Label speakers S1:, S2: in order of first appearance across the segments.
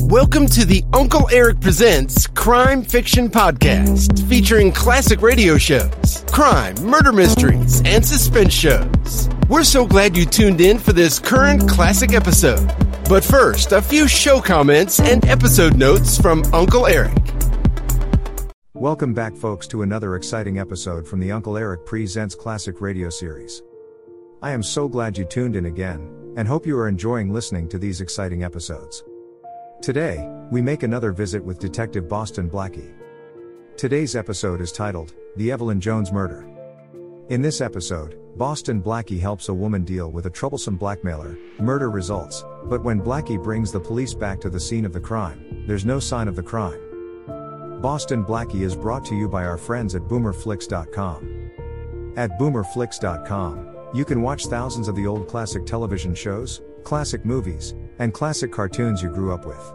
S1: Welcome to the Uncle Eric Presents Crime Fiction Podcast, featuring classic radio shows, crime, murder mysteries, and suspense shows. We're so glad you tuned in for this current classic episode. But first, a few show comments and episode notes from Uncle Eric.
S2: Welcome back, folks, to another exciting episode from the Uncle Eric Presents Classic Radio Series. I am so glad you tuned in again, and hope you are enjoying listening to these exciting episodes. Today, we make another visit with Detective Boston Blackie. Today's episode is titled The Evelyn Jones Murder. In this episode, Boston Blackie helps a woman deal with a troublesome blackmailer, murder results, but when Blackie brings the police back to the scene of the crime, there's no sign of the crime. Boston Blackie is brought to you by our friends at boomerflix.com. At boomerflix.com, you can watch thousands of the old classic television shows, classic movies, and classic cartoons you grew up with.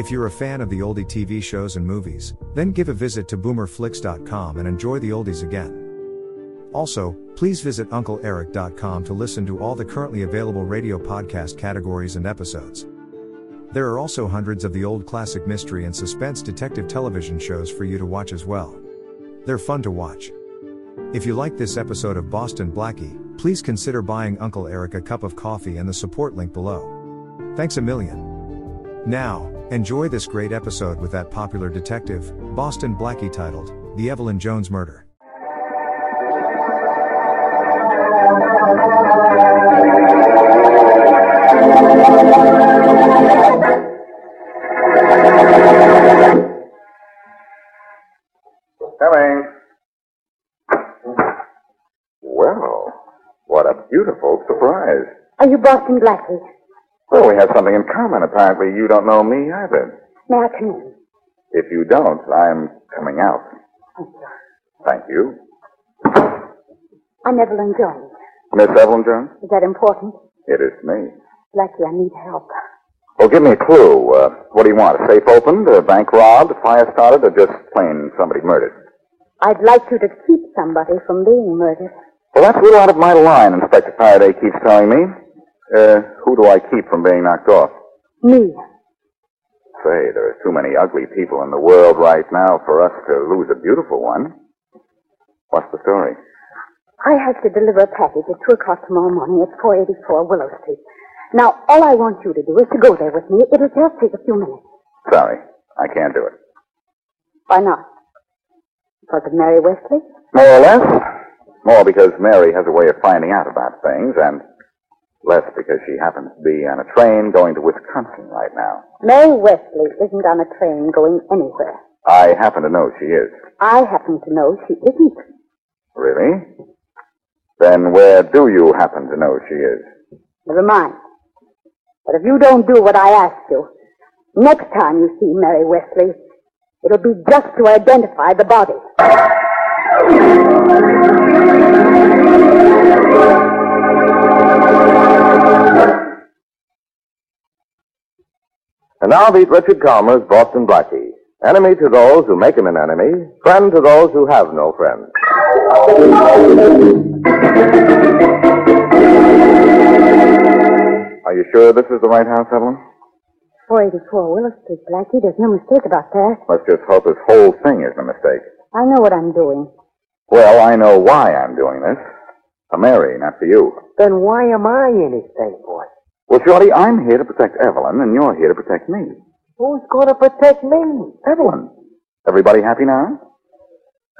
S2: If you're a fan of the oldie TV shows and movies, then give a visit to boomerflix.com and enjoy the oldies again. Also, please visit uncleeric.com to listen to all the currently available radio podcast categories and episodes. There are also hundreds of the old classic mystery and suspense detective television shows for you to watch as well. They're fun to watch. If you like this episode of Boston Blackie, please consider buying Uncle Eric a cup of coffee and the support link below. Thanks a million. Now, enjoy this great episode with that popular detective, Boston Blackie titled, The Evelyn Jones Murder.
S3: Coming. Well, what a beautiful surprise.
S4: Are you Boston Blackie?
S3: Well, we have something in common. Apparently, you don't know me either.
S4: May I come in?
S3: If you don't, I'm coming out. Thank you.
S4: I'm Evelyn Jones.
S3: Miss Evelyn Jones?
S4: Is that important?
S3: It is me.
S4: Blackie, I need help.
S3: Well, give me a clue. Uh, what do you want? A safe opened, a bank robbed, a fire started, or just plain somebody murdered?
S4: I'd like you to keep somebody from being murdered.
S3: Well, that's a little out of my line, Inspector Faraday keeps telling me. Uh, who do I keep from being knocked off?
S4: Me.
S3: Say, there are too many ugly people in the world right now for us to lose a beautiful one. What's the story?
S4: I have to deliver a package at 2 o'clock tomorrow morning at 484 Willow Street. Now, all I want you to do is to go there with me. It'll just take a few minutes.
S3: Sorry, I can't do it.
S4: Why not? Because of Mary Wesley?
S3: More or less? More because Mary has a way of finding out about things, and less because she happens to be on a train going to Wisconsin right now.
S4: Mary Wesley isn't on a train going anywhere.
S3: I happen to know she is.
S4: I happen to know she isn't.
S3: Really? Then where do you happen to know she is?
S4: Never mind. But if you don't do what I ask you, next time you see Mary Wesley, it'll be just to identify the body.
S3: And now meet Richard Calmer's Boston Blackie. Enemy to those who make him an enemy, friend to those who have no friends. Are you sure this is the right house, Evelyn?
S4: 484 Willow Street, Blackie. There's no mistake about that.
S3: Let's just hope this whole thing isn't a mistake.
S4: I know what I'm doing.
S3: Well, I know why I'm doing this. For Mary, not for you.
S5: Then why am I anything for it?
S3: Well, Shorty, I'm here to protect Evelyn, and you're here to protect me.
S5: Who's going to protect me?
S3: Evelyn. Everybody happy now?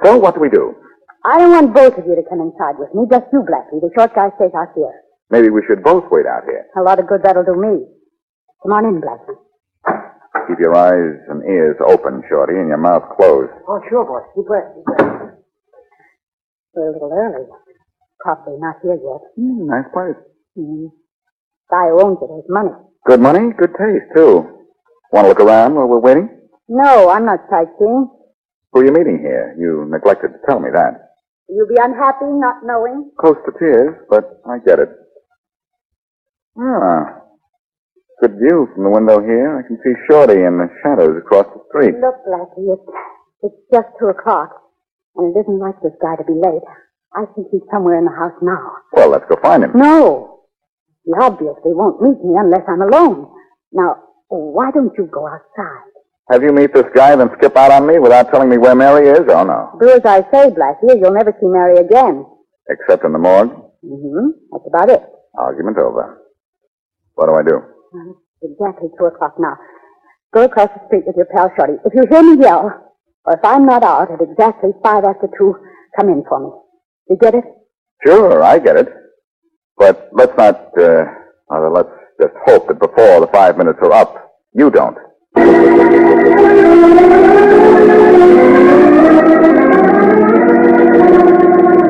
S3: So, what do we do?
S4: I don't want both of you to come inside with me, just you, Blackie. The short guy stays out here.
S3: Maybe we should both wait out here.
S4: A lot of good that'll do me. Come on in, Blackie.
S3: Keep your eyes and ears open, Shorty, and your mouth closed.
S5: Oh, sure, boss. Keep right. Keep right.
S4: We're a little early. Probably not here yet.
S3: Hmm, nice place.
S4: Mm. Guy who owns it has money.
S3: Good money, good taste, too. Want to look around while we're waiting?
S4: No, I'm not sightseeing.
S3: Who are you meeting here? You neglected to tell me that.
S4: You'll be unhappy not knowing.
S3: Close to tears, but I get it. Ah. Good view from the window here. I can see Shorty in the shadows across the street.
S4: Look, Blackie, it's, it's just two o'clock, and it isn't like this guy to be late. I think he's somewhere in the house now.
S3: Well, let's go find him.
S4: No. He obviously won't meet me unless I'm alone. Now, Oh, why don't you go outside?
S3: Have you meet this guy, then skip out on me without telling me where Mary is? Oh, no.
S4: Do as I say, Blackie, or you'll never see Mary again.
S3: Except in the morgue?
S4: Mm-hmm. That's about it.
S3: Argument over. What do I do?
S4: Well, it's exactly two o'clock now. Go across the street with your pal Shorty. If you hear me yell, or if I'm not out at exactly five after two, come in for me. You get it?
S3: Sure, I get it. But let's not, uh, well, let's just hope that before the five minutes are up, you don't.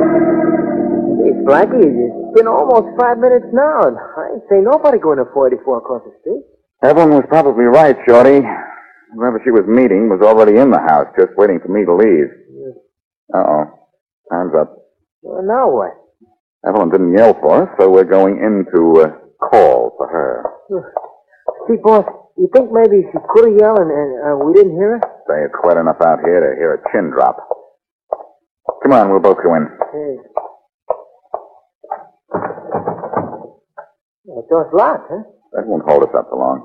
S5: Hey, Blackie, it's been almost five minutes now, and I ain't seen nobody going to 44 across the street.
S3: Evelyn was probably right, Shorty. Whoever she was meeting was already in the house, just waiting for me to leave. Uh-oh. Time's up.
S5: Well, now what?
S3: Evelyn didn't yell for us, so we're going in to uh, call for her.
S5: See, boss, you think maybe she could have yelled and, and uh, we didn't hear her?
S3: Say, it's wet enough out here to hear a chin drop. Come on, we'll both go in.
S5: Hey. Yeah, The door's locked, huh?
S3: That won't hold us up for long.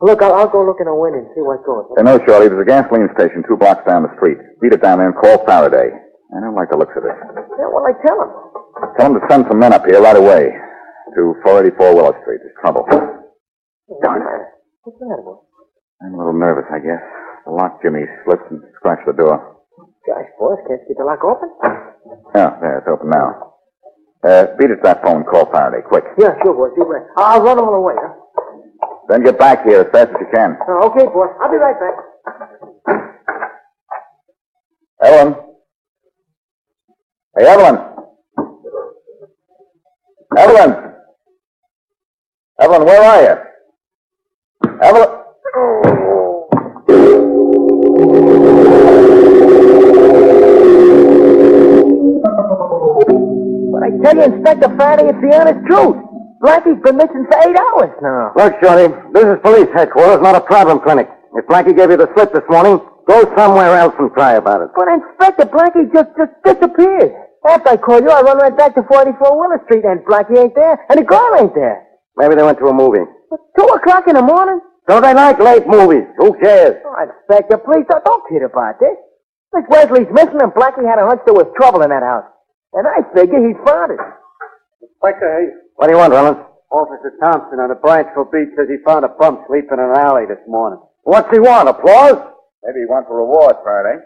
S5: Look, I'll, I'll go look in the window and see what's going on.
S3: Hey, no, Shorty, there's a gasoline station two blocks down the street. Beat it down there and call Faraday. I don't like the looks of this.
S5: Yeah, well, I tell him.
S3: Tell him to send some men up here right away to 484 Willow Street. There's trouble. Darn it.
S5: What's the matter, boss?
S3: I'm a little nervous, I guess. The lock Jimmy slipped and scratched the door.
S5: Gosh, boss, can't you get the lock open?
S3: Oh, there, it's open now. Uh, beat it to that phone, call Faraday, quick.
S5: Yeah, sure, boss. You bet. I'll run all the way, huh?
S3: Then get back here as fast as you can.
S5: Oh, okay, boss. I'll be right back.
S3: Evelyn? Hey, Evelyn! Evelyn! Evelyn, where are you? Evelyn!
S5: But I tell you, Inspector Faraday, it's the honest truth. Blackie's been missing for eight hours now.
S6: Look, Oh, Shorty, this is police headquarters, not a problem clinic. If Blackie gave you the slip this morning, go somewhere else and cry about it.
S5: But Inspector Blackie just just disappeared. After I call you, I run right back to 44 Willow Street, and Blackie ain't there, and the girl ain't there.
S6: Maybe they went to a movie.
S5: But two o'clock in the morning?
S6: So they like late movies. Who cares?
S5: Oh, Inspector, please don't, don't kid about this. Miss Wesley's missing, and Blackie had a hunch there was trouble in that house, and I figure he found it.
S7: Inspector Hayes.
S6: What do you want, Rollins?
S7: Officer Thompson on the Blanchville Beach says he found a bum sleeping in an alley this morning.
S6: What's he want? Applause?
S3: Maybe he wants a reward, eh? Faraday.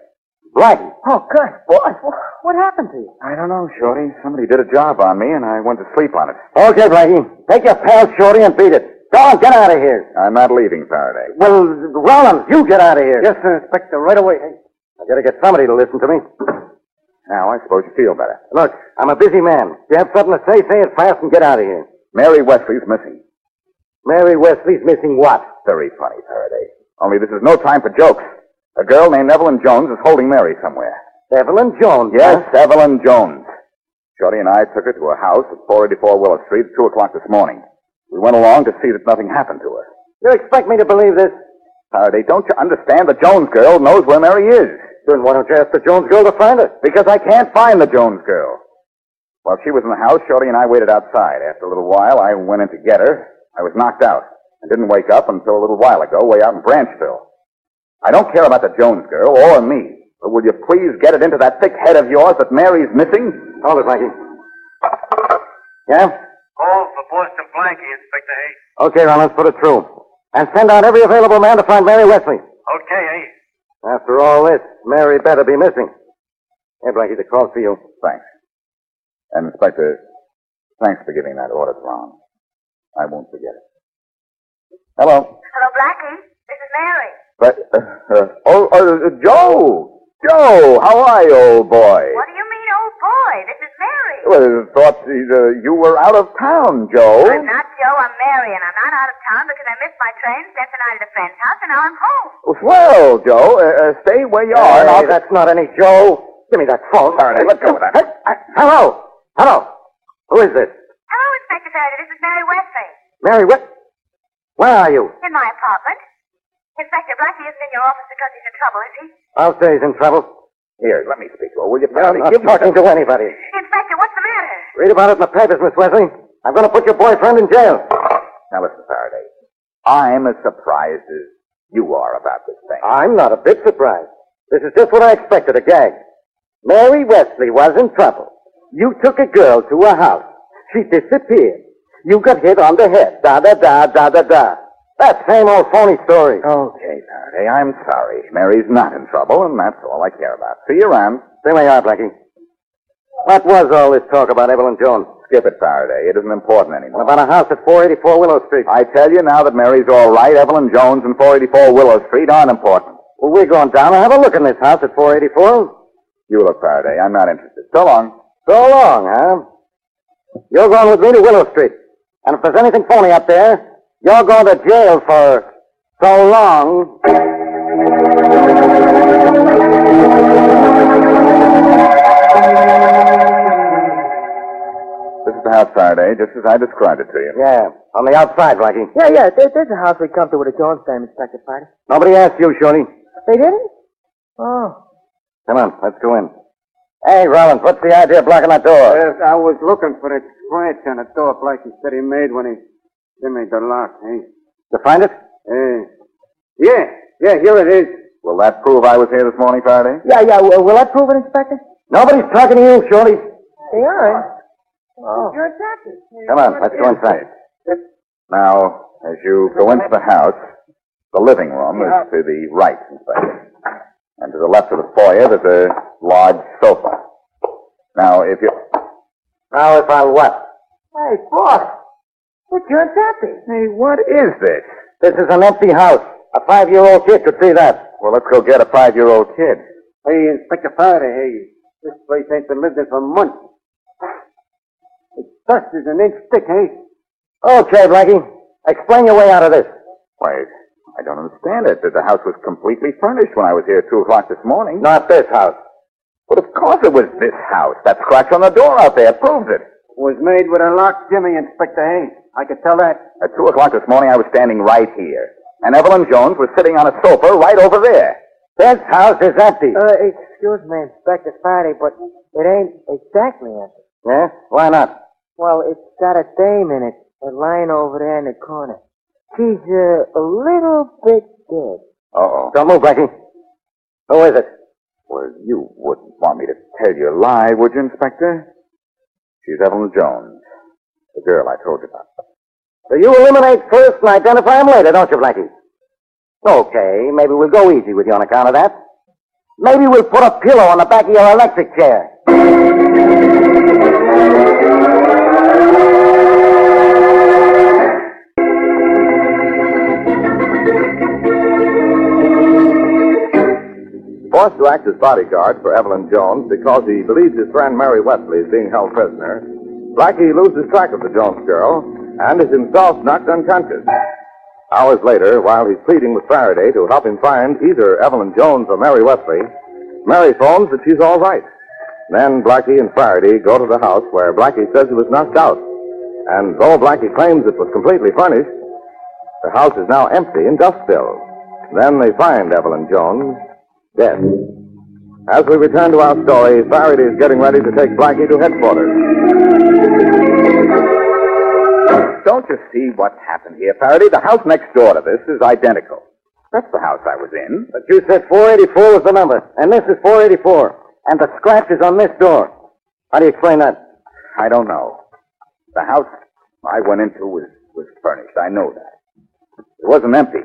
S6: Blackie.
S5: Oh, gosh, boy, what, what happened to you?
S3: I don't know, Shorty. Somebody did a job on me, and I went to sleep on it.
S6: Okay, Blackie. Take your pal Shorty and beat it. Go on, get out of here.
S3: I'm not leaving, Faraday.
S6: Well, Rollins, you get out of here.
S7: Yes, sir, Inspector, right away. Hayes.
S6: I gotta get somebody to listen to me.
S3: Now, I suppose you feel better.
S6: Look, I'm a busy man. If you have something to say, say it fast and get out of here.
S3: Mary Wesley's missing.
S6: Mary Wesley's missing what?
S3: Very funny, Faraday. Only this is no time for jokes. A girl named Evelyn Jones is holding Mary somewhere.
S6: Evelyn Jones.
S3: Yes, Evelyn Jones. Shorty and I took her to her house at 484 Willow Street at 2 o'clock this morning. We went along to see that nothing happened to her.
S6: You expect me to believe this?
S3: Faraday, don't you understand the Jones girl knows where Mary is?
S6: Then why don't you ask the Jones girl to find us?
S3: Because I can't find the Jones girl. While she was in the house, Shorty and I waited outside. After a little while, I went in to get her. I was knocked out and didn't wake up until a little while ago, way out in Branchville. I don't care about the Jones girl or me, but will you please get it into that thick head of yours that Mary's missing?
S6: Hold it, Blackie. Yeah?
S7: Call for Boston Blackie, Inspector Hayes.
S6: Okay, Rollins, put it through. And send out every available man to find Mary Wesley.
S7: Okay, Hayes.
S6: After all this, Mary better be missing. Hey, Blackie, the call's for you.
S3: Thanks. And Inspector, thanks for giving that order, Brown. I won't forget it. Hello.
S8: Hello, Blackie. This is Mary.
S3: But, uh, uh, oh, uh, Joe! Joe, how are you, old boy?
S8: What do you mean, old boy? This is Mary.
S3: Well, I thought uh, you were out of town, Joe.
S8: I'm not Joe. I'm Mary, and I'm not out of town because I missed my train, spent the night at a friend's house, and now I'm home.
S3: Well, Joe, uh, uh, stay where you are. and
S6: hey,
S3: I'll-
S6: that's not any Joe. Give me that phone.
S3: Faraday, let go of that.
S6: Hey, I, hello. Hello. Who is this?
S8: Hello, Inspector Faraday. This is Mary Wesley
S6: Mary, what? Where
S3: Ah,
S6: are you?
S8: in my apartment. Inspector Blackie isn't in your office because he's in trouble, is he?
S6: I'll say he's in trouble.
S3: Here, let me speak to her, will you,
S6: I'm
S3: Faraday?
S6: not
S3: Give me
S6: talking to anybody.
S8: Inspector, what's the matter?
S6: Read about it in the papers, Miss Wesley. I'm going to put your boyfriend in jail.
S3: Now listen, Faraday. I'm as surprised as you are about this thing.
S6: I'm not a bit surprised. This is just what I expected a gag. Mary Wesley was in trouble. You took a girl to her house. She disappeared. You got hit on the head. Da da da da da da. That same old phony story.
S3: Okay, Faraday, I'm sorry. Mary's not in trouble, and that's all I care about. See you around.
S6: There we are, Blackie. What was all this talk about Evelyn Jones?
S3: Skip it, Faraday. It isn't important anymore.
S6: About a house at 484 Willow Street.
S3: I tell you now that Mary's all right. Evelyn Jones and 484 Willow Street aren't important.
S6: Well, we're going down and have a look in this house at 484.
S3: You look, Faraday. I'm not interested. So long.
S6: So long, huh? You're going with me to Willow Street. And if there's anything phony up there, you're going to jail for so long.
S3: This is the house, Faraday, just as I described it to you.
S6: Yeah, on the outside, Blackie.
S5: Yeah, yeah, there, there's a house we come to with a Jones family, Inspector Carter.
S6: Nobody asked you, Shorty.
S5: They didn't? Oh.
S6: Come on, let's go in. Hey, Rollins, what's the idea of blocking that door?
S7: Uh, I was looking for a scratch on the door Blackie said he made when he gave me the lock, eh?
S6: You find it?
S7: Eh? yeah, yeah, here it is.
S3: Will that prove I was here this morning, Faraday?
S5: Yeah, yeah, will, will that prove it, Inspector?
S6: Nobody's talking to you, Shorty.
S5: They are. Oh.
S8: You're a doctor.
S6: Come on, let's go inside.
S3: Now, as you go into the house, the living room is to the right, Inspector. And to the left of the foyer, there's a large sofa. Now, if you.
S6: Now, if I what?
S5: Hey, boss. But you're a doctor.
S3: Hey, what is this?
S6: This is an empty house. A five-year-old kid could see that.
S3: Well, let's go get a five year old kid.
S7: Hey, Inspector Faraday, hey, this place ain't been lived in for months. It's dust is an inch thick, hey?
S6: Okay, Oh, Blackie. Explain your way out of this.
S3: Why, I don't understand it. The house was completely furnished when I was here at 2 o'clock this morning.
S6: Not this house.
S3: But of course it was this house. That scratch on the door out there proves it.
S7: Was made with a locked jimmy, Inspector Hay. I could tell that.
S3: At 2 o'clock this morning, I was standing right here. And Evelyn Jones was sitting on a sofa right over there.
S6: This house is empty.
S5: Uh, excuse me, Inspector Faraday, but it ain't exactly empty.
S6: yeah? Why not?
S5: Well, it's got a dame in it, uh, lying over there in the corner. She's uh, a little bit dead.
S3: Uh-oh.
S6: Don't move, Blackie. Who is it?
S3: Well, you wouldn't want me to tell you a lie, would you, Inspector? She's Evelyn Jones, the girl I told you about.
S6: So you eliminate first and identify him later, don't you, Blackie? Okay, maybe we'll go easy with you on account of that. Maybe we'll put a pillow on the back of your electric chair.
S9: Forced to act as bodyguard for Evelyn Jones because he believes his friend Mary Wesley is being held prisoner, Blackie loses track of the Jones girl and is himself knocked unconscious. Hours later, while he's pleading with Faraday to help him find either Evelyn Jones or Mary Wesley, Mary phones that she's all right. Then Blackie and Faraday go to the house where Blackie says he was knocked out. And though Blackie claims it was completely furnished, the house is now empty and dust filled. Then they find Evelyn Jones dead. As we return to our story, Faraday is getting ready to take Blackie to headquarters.
S3: Don't you see what's happened here, Faraday? The house next door to this is identical. That's the house I was in.
S6: But you said 484 was the number, and this is 484, and the scratch is on this door. How do you explain that?
S3: I don't know. The house I went into was, was furnished. I know that. It wasn't empty.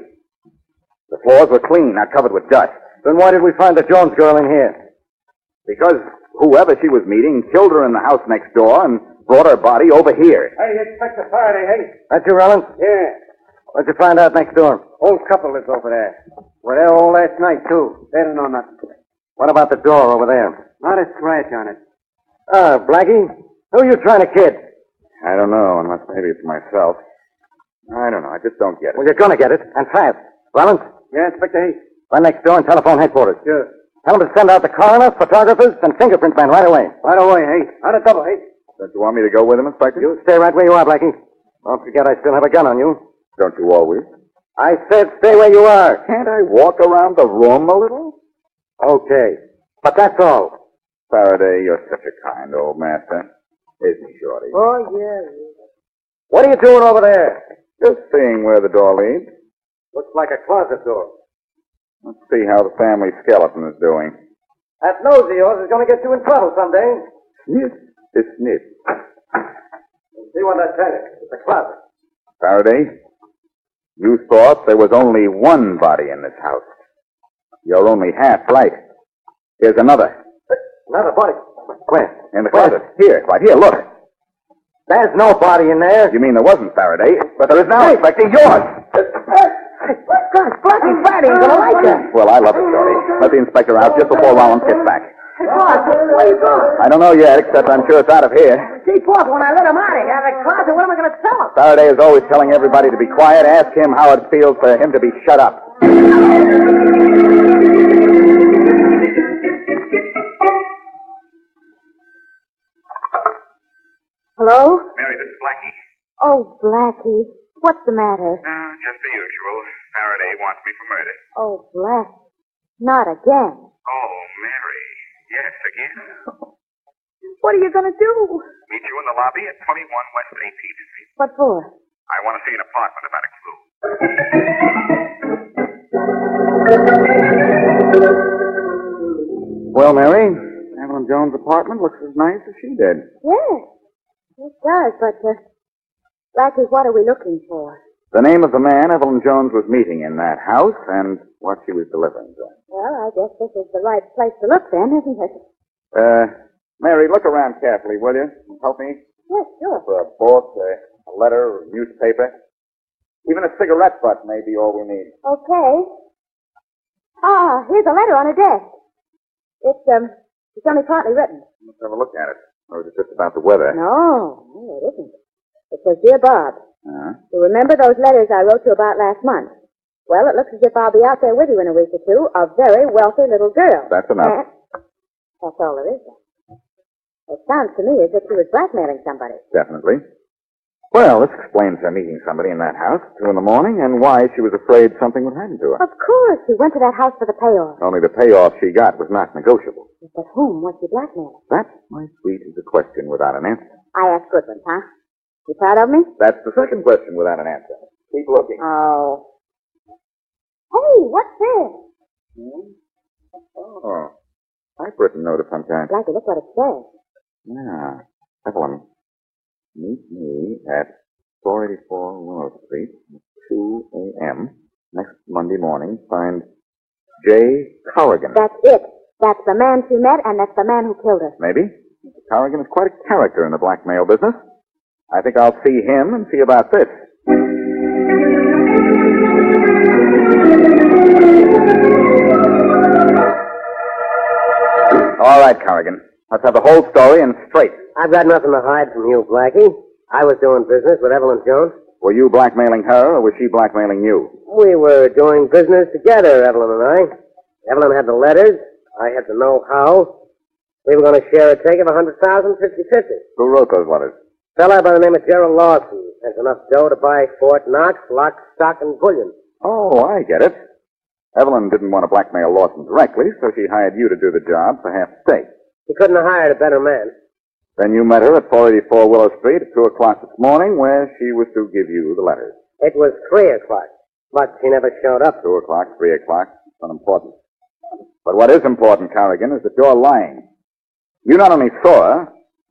S3: The floors were clean, not covered with dust.
S6: Then why did we find the Jones girl in here?
S3: Because whoever she was meeting killed her in the house next door and brought her body over here.
S7: Hey, Inspector Faraday, hey.
S6: That you, Rollins?
S7: Yeah,
S6: What'd you find out next door?
S7: old couple is over there. Were there all last night, too. They don't know nothing.
S6: What about the door over there?
S7: Not a scratch on it.
S6: Uh, Blackie, who are you trying to kid?
S3: I don't know, unless maybe it's myself. I don't know. I just don't get it.
S6: Well, you're gonna get it, and fast. Rollins,
S7: Yeah, Inspector Hay.
S6: run next door and telephone headquarters.
S7: Sure.
S6: Tell them to send out the coroner, photographers, and fingerprint men right away.
S7: Right away, hey. On a double, hey.
S3: Don't you want me to go with him, Inspector?
S6: You stay right where you are, Blackie. Don't forget I still have a gun on you.
S3: Don't you always?
S6: I said stay where you are.
S3: Can't I walk around the room a little?
S6: Okay. But that's all.
S3: Faraday, you're such a kind old master. Isn't he, Shorty?
S5: Oh, yeah.
S6: What are you doing over there?
S3: Just seeing where the door leads.
S10: Looks like a closet door.
S3: Let's see how the family skeleton is doing.
S10: That nose of yours is going to get you in trouble someday.
S3: Snip. It's snip.
S10: See what I tell you. It's a closet.
S3: Faraday, you thought there was only one body in this house. You're only half right. Here's another.
S10: Another body. Where?
S3: In the closet. Here, right here, look.
S5: There's no body in there.
S3: You mean there wasn't Faraday, but there is now, Inspector, yours.
S5: Gosh, Blackie, Fatty, you're gonna like that.
S3: Well, I love it, Shorty. Let the inspector out just before Rollins gets back.
S5: Hey, boss, where you going?
S3: I don't know yet, except I'm sure it's out of here.
S5: See, boss, when I let him out of here, the closet, what am I gonna tell him?
S3: Faraday is always telling everybody to be quiet. Ask him how it feels for him to be shut up.
S4: Hello?
S11: Mary, this is Blackie.
S4: Oh, Blackie, what's the matter?
S11: Uh, just the usual. Faraday wants me for murder.
S4: Oh, Blackie, not again.
S11: Oh, Mary. Yes, again.
S4: What are you going to do?
S11: Meet you in the lobby at 21 West 18th Street.
S4: What for?
S11: I want to see an apartment about a clue.
S12: Well, Mary, Evelyn Jones' apartment looks as nice as she did.
S4: Yes, it does, but, uh, Blackie, what are we looking for?
S3: The name of the man Evelyn Jones was meeting in that house and what she was delivering to him.
S4: Well, I guess this is the right place to look then, isn't it?
S3: Uh, Mary, look around carefully, will you? Help me
S4: Yes, sure.
S3: for a book, a, a letter, a newspaper. Even a cigarette butt may be all we need.
S4: Okay. Ah, here's a letter on a desk. It's, um, it's only partly written.
S3: Let's have a look at it. Or is it just about the weather?
S4: No, no, it isn't. It says, Dear Bob,
S3: Uh,
S4: you remember those letters I wrote you about last month? Well, it looks as if I'll be out there with you in a week or two, a very wealthy little girl.
S3: that's enough.
S4: And- That's all there is. It sounds to me as if she was blackmailing somebody.
S3: Definitely. Well, this explains her meeting somebody in that house at two in the morning and why she was afraid something would happen to her.
S4: Of course, she went to that house for the payoff.
S3: Only the payoff she got was not negotiable.
S4: But whom was she blackmailing?
S3: That, my sweet, is a question without an answer.
S4: I asked Goodwin, huh? You proud of me?
S3: That's the second question without an answer. Keep looking.
S4: Oh. Hey, what's this?
S3: Oh. Typewritten note of some kind.
S4: Blackie, look what it says.
S3: Yeah. Evelyn, meet me at 484 Willow Street, 2 a.m. next Monday morning. Signed J. Corrigan.
S4: That's it. That's the man she met, and that's the man who killed her.
S3: Maybe. Mr. Corrigan is quite a character in the blackmail business. I think I'll see him and see about this. All right, Corrigan. Let's have the whole story and straight.
S5: I've got nothing to hide from you, Blackie. I was doing business with Evelyn Jones.
S3: Were you blackmailing her, or was she blackmailing you?
S5: We were doing business together, Evelyn and I. Evelyn had the letters. I had the know-how. We were going to share a take of a hundred thousand, fifty-fifty.
S3: Who wrote those letters?
S5: Fella by the name of Gerald Lawson has enough dough to buy Fort Knox, lock, stock, and bullion.
S3: Oh, I get it. Evelyn didn't want to blackmail Lawson directly, so she hired you to do the job for half stake.
S5: He couldn't have hired a better man.
S3: Then you met her at 484 Willow Street at 2 o'clock this morning, where she was to give you the letters.
S5: It was three o'clock, but he never showed up.
S3: 2 o'clock, 3 o'clock, it's unimportant. But what is important, Corrigan, is that you're lying. You not only saw her,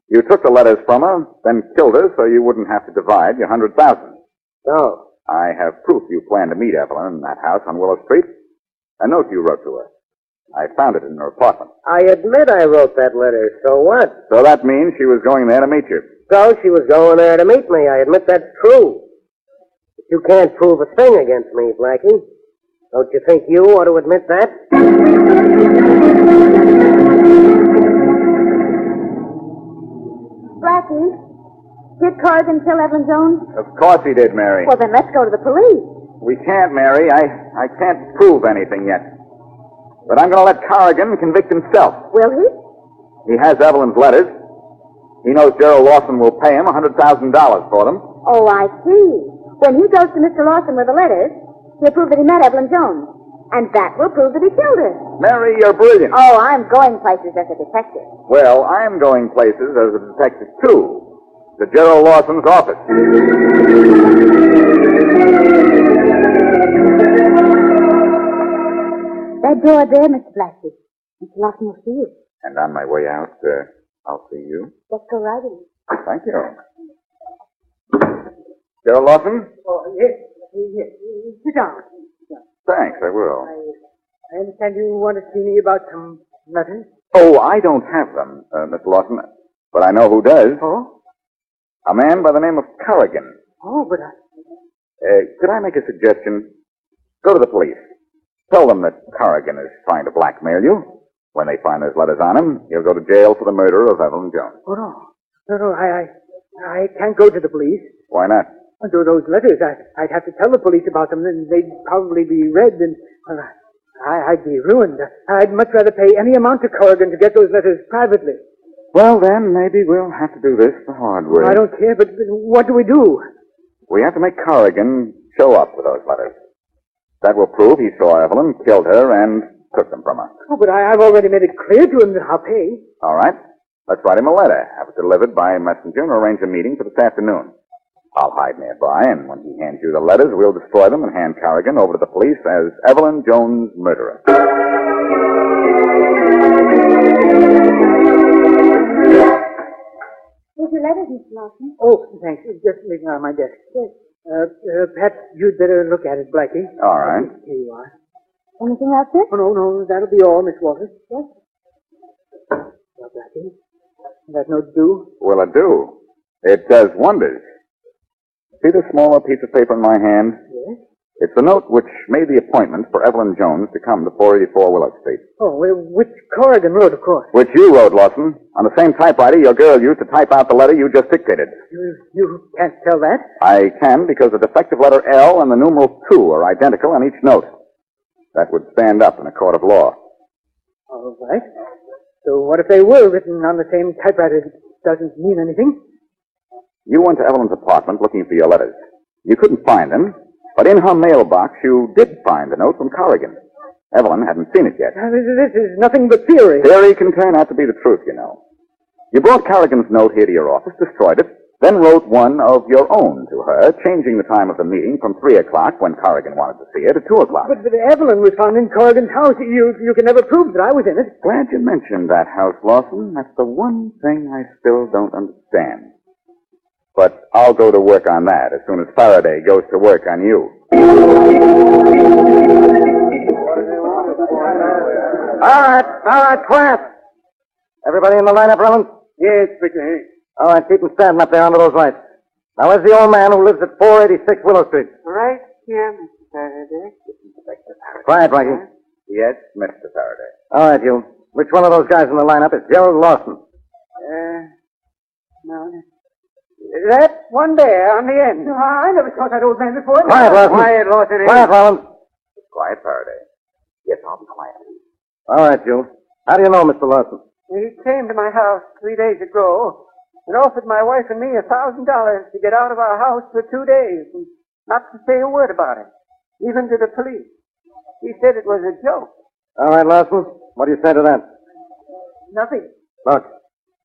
S3: you took the letters from her, then killed her so you wouldn't have to divide your 100,000.
S5: No.
S3: I have proof you planned to meet Evelyn in that house on Willow Street. A note you wrote to her. I found it in her apartment.
S5: I admit I wrote that letter, so what?
S3: So that means she was going there to meet you.
S5: So she was going there to meet me. I admit that's true. But you can't prove a thing against me, Blackie. Don't you think you ought to admit that?
S4: Blackie, did Corrigan kill Evelyn Jones?
S3: Of course he did, Mary.
S4: Well, then let's go to the police.
S3: We can't, Mary. I, I can't prove anything yet. But I'm going to let Corrigan convict himself.
S4: Will he?
S3: He has Evelyn's letters. He knows Gerald Lawson will pay him $100,000 for them.
S4: Oh, I see. When he goes to Mr. Lawson with the letters, he'll prove that he met Evelyn Jones. And that will prove that he killed her.
S3: Mary, you're brilliant.
S4: Oh, I'm going places as a detective.
S3: Well, I'm going places as a detective, too.
S13: to Gerald Lawson's office.
S4: That door there, Mr. Blackie. Mr. Lawson will see you.
S3: And on my way out, uh, I'll see you.
S4: Let's go right in.
S3: Thank you. Gerald Lawson?
S5: Oh, yes, yes. Sit down.
S3: Thanks, I will.
S5: I understand you want to see me about some matters.
S3: Oh, I don't have them, uh, Mr. Lawson, but I know who does.
S5: Oh?
S3: A man by the name of Corrigan.
S5: Oh, but I...
S3: Uh, could I make a suggestion? Go to the police. Tell them that Corrigan is trying to blackmail you. When they find those letters on him, he'll go to jail for the murder of Evelyn Jones.
S5: Oh, no. No, no, I, I, I can't go to the police.
S3: Why not?
S5: Under those letters, I, I'd have to tell the police about them, and they'd probably be read, and uh, I, I'd be ruined. I'd much rather pay any amount to Corrigan to get those letters privately.
S3: Well, then, maybe we'll have to do this the hard way.
S5: I don't care, but, but what do we do?
S3: We have to make Corrigan show up with those letters. That will prove he saw Evelyn, killed her, and took them from her.
S5: Oh, but I, I've already made it clear to him that I'll pay.
S3: All right? Let's write him a letter, have it delivered by messenger, and arrange a meeting for this afternoon. I'll hide nearby, and when he hands you the letters, we'll destroy them and hand Corrigan over to the police as Evelyn Jones' murderer.
S4: Here's your letters, Mr. Lawson.
S5: Oh, thanks. It's just leaving on my desk.
S4: Yes.
S5: Uh, uh, perhaps you'd better look at it, Blackie.
S3: All right.
S5: Here you are.
S4: Anything else, sir?
S5: Oh, no, no, that'll be all, Miss Walters.
S4: Yes.
S5: Now, Blackie, that note do?
S3: Will it do? It does wonders. See the smaller piece of paper in my hand?
S5: Yes.
S3: It's the note which made the appointment for Evelyn Jones to come to 484 Willow Street,
S5: Oh, well, which Corrigan Road, of course.
S3: which you wrote, Lawson, on the same typewriter your girl used to type out the letter you just dictated.
S5: You, you can't tell that.
S3: I can because the defective letter L and the numeral 2 are identical on each note. That would stand up in a court of law.
S5: All right. So what if they were written on the same typewriter? It doesn't mean anything.
S3: You went to Evelyn's apartment looking for your letters. You couldn't find them, but in her mailbox you did find the note from Corrigan. Evelyn hadn't seen it yet.
S5: Now, Uh, This this is nothing but theory.
S3: Theory can turn out to be the truth, you know. You brought Carrigan's note here to your office, destroyed it, then wrote one of your own to her, changing the time of the meeting from 3 o'clock, when Corrigan wanted to see her, to 2 o'clock.
S5: But, but Evelyn was found in Corrigan's house. You, you can never prove that I was in it.
S3: Glad you mentioned that house, Lawson. That's the one thing I still don't understand. But I'll go to work on that as soon as Faraday goes to work on you.
S14: All right, all right, quiet. Everybody in the lineup, Rollins? Yes, Inspector Hayes. All right, keep them standing up there under those lights. Now, where's the old man who lives at 486 Willow Street?
S5: Right here, Mr. Faraday.
S14: Quiet, Uh, Blackie.
S3: Yes, Mr. Faraday.
S14: All right, you. Which one of those guys in the lineup is Gerald Lawson?
S5: Uh, no. That one there on the end. I never saw that old man before.
S14: Quiet, Lawson. Quiet, Rollins.
S3: Quiet, Faraday. Yes, I'll be quiet.
S14: All right, you. How do you know Mr. Lawson?
S5: He came to my house three days ago and offered my wife and me a thousand dollars to get out of our house for two days and not to say a word about it, even to the police. He said it was a joke.
S14: All right, Lawson. What do you say to that?
S5: Nothing.
S14: Look,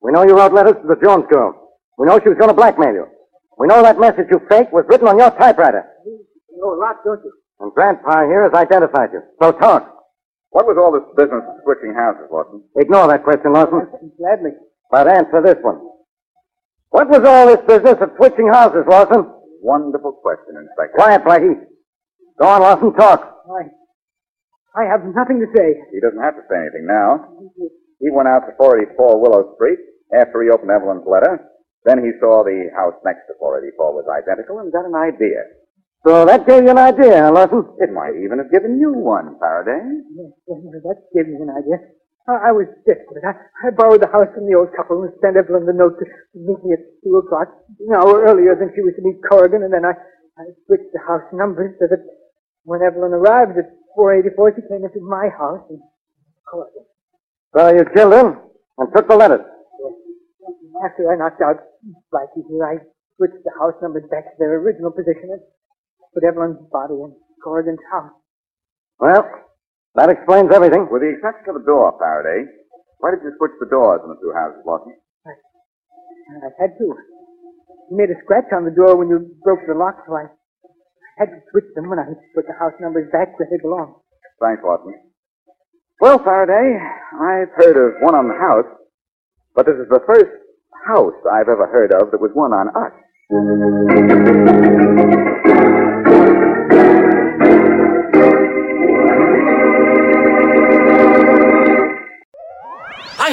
S14: we know you wrote letters to the Jones girl. We know she was going to blackmail you. We know that message you faked was written on your typewriter.
S5: You know a lot, don't you?
S14: And Grandpa here has identified you. So talk.
S3: What was all this business of switching houses, Lawson?
S14: Ignore that question, Lawson.
S5: Gladly.
S14: But answer this one. What was all this business of switching houses, Lawson?
S3: Wonderful question, Inspector.
S14: Quiet, Blackie. Go on, Lawson, talk.
S5: I, I have nothing to say.
S3: He doesn't have to say anything now. He went out to 484 Willow Street after he opened Evelyn's letter. Then he saw the house next to 484 was identical and got an idea.
S14: So that gave you an idea, huh, Lawson?
S3: It might even have given you one, Faraday.
S5: Yes, yes, yes, that gave me an idea. I, I was desperate. I, I borrowed the house from the old couple and sent Evelyn the note to meet me at 2 o'clock, an hour earlier than she was to meet Corrigan, and then I, I switched the house numbers so that when Evelyn arrived at 484, she came into my house and Corrigan.
S14: So you killed him and took the letters.
S5: After I knocked out Blackie here, I switched the house numbers back to their original position and put Evelyn's body in Corrigan's house.
S14: Well, that explains everything.
S3: With the exception of the door, Faraday, why did you switch the doors in the two houses, Lawson?
S5: I had to.
S15: made a scratch on the door when you broke the lock, so I had to switch them when I put the house numbers back where they belong.
S3: Thanks, Watson.
S7: Well, Faraday,
S3: I've heard of one on the house, but this is the first house I've ever heard of that was one on us.
S1: I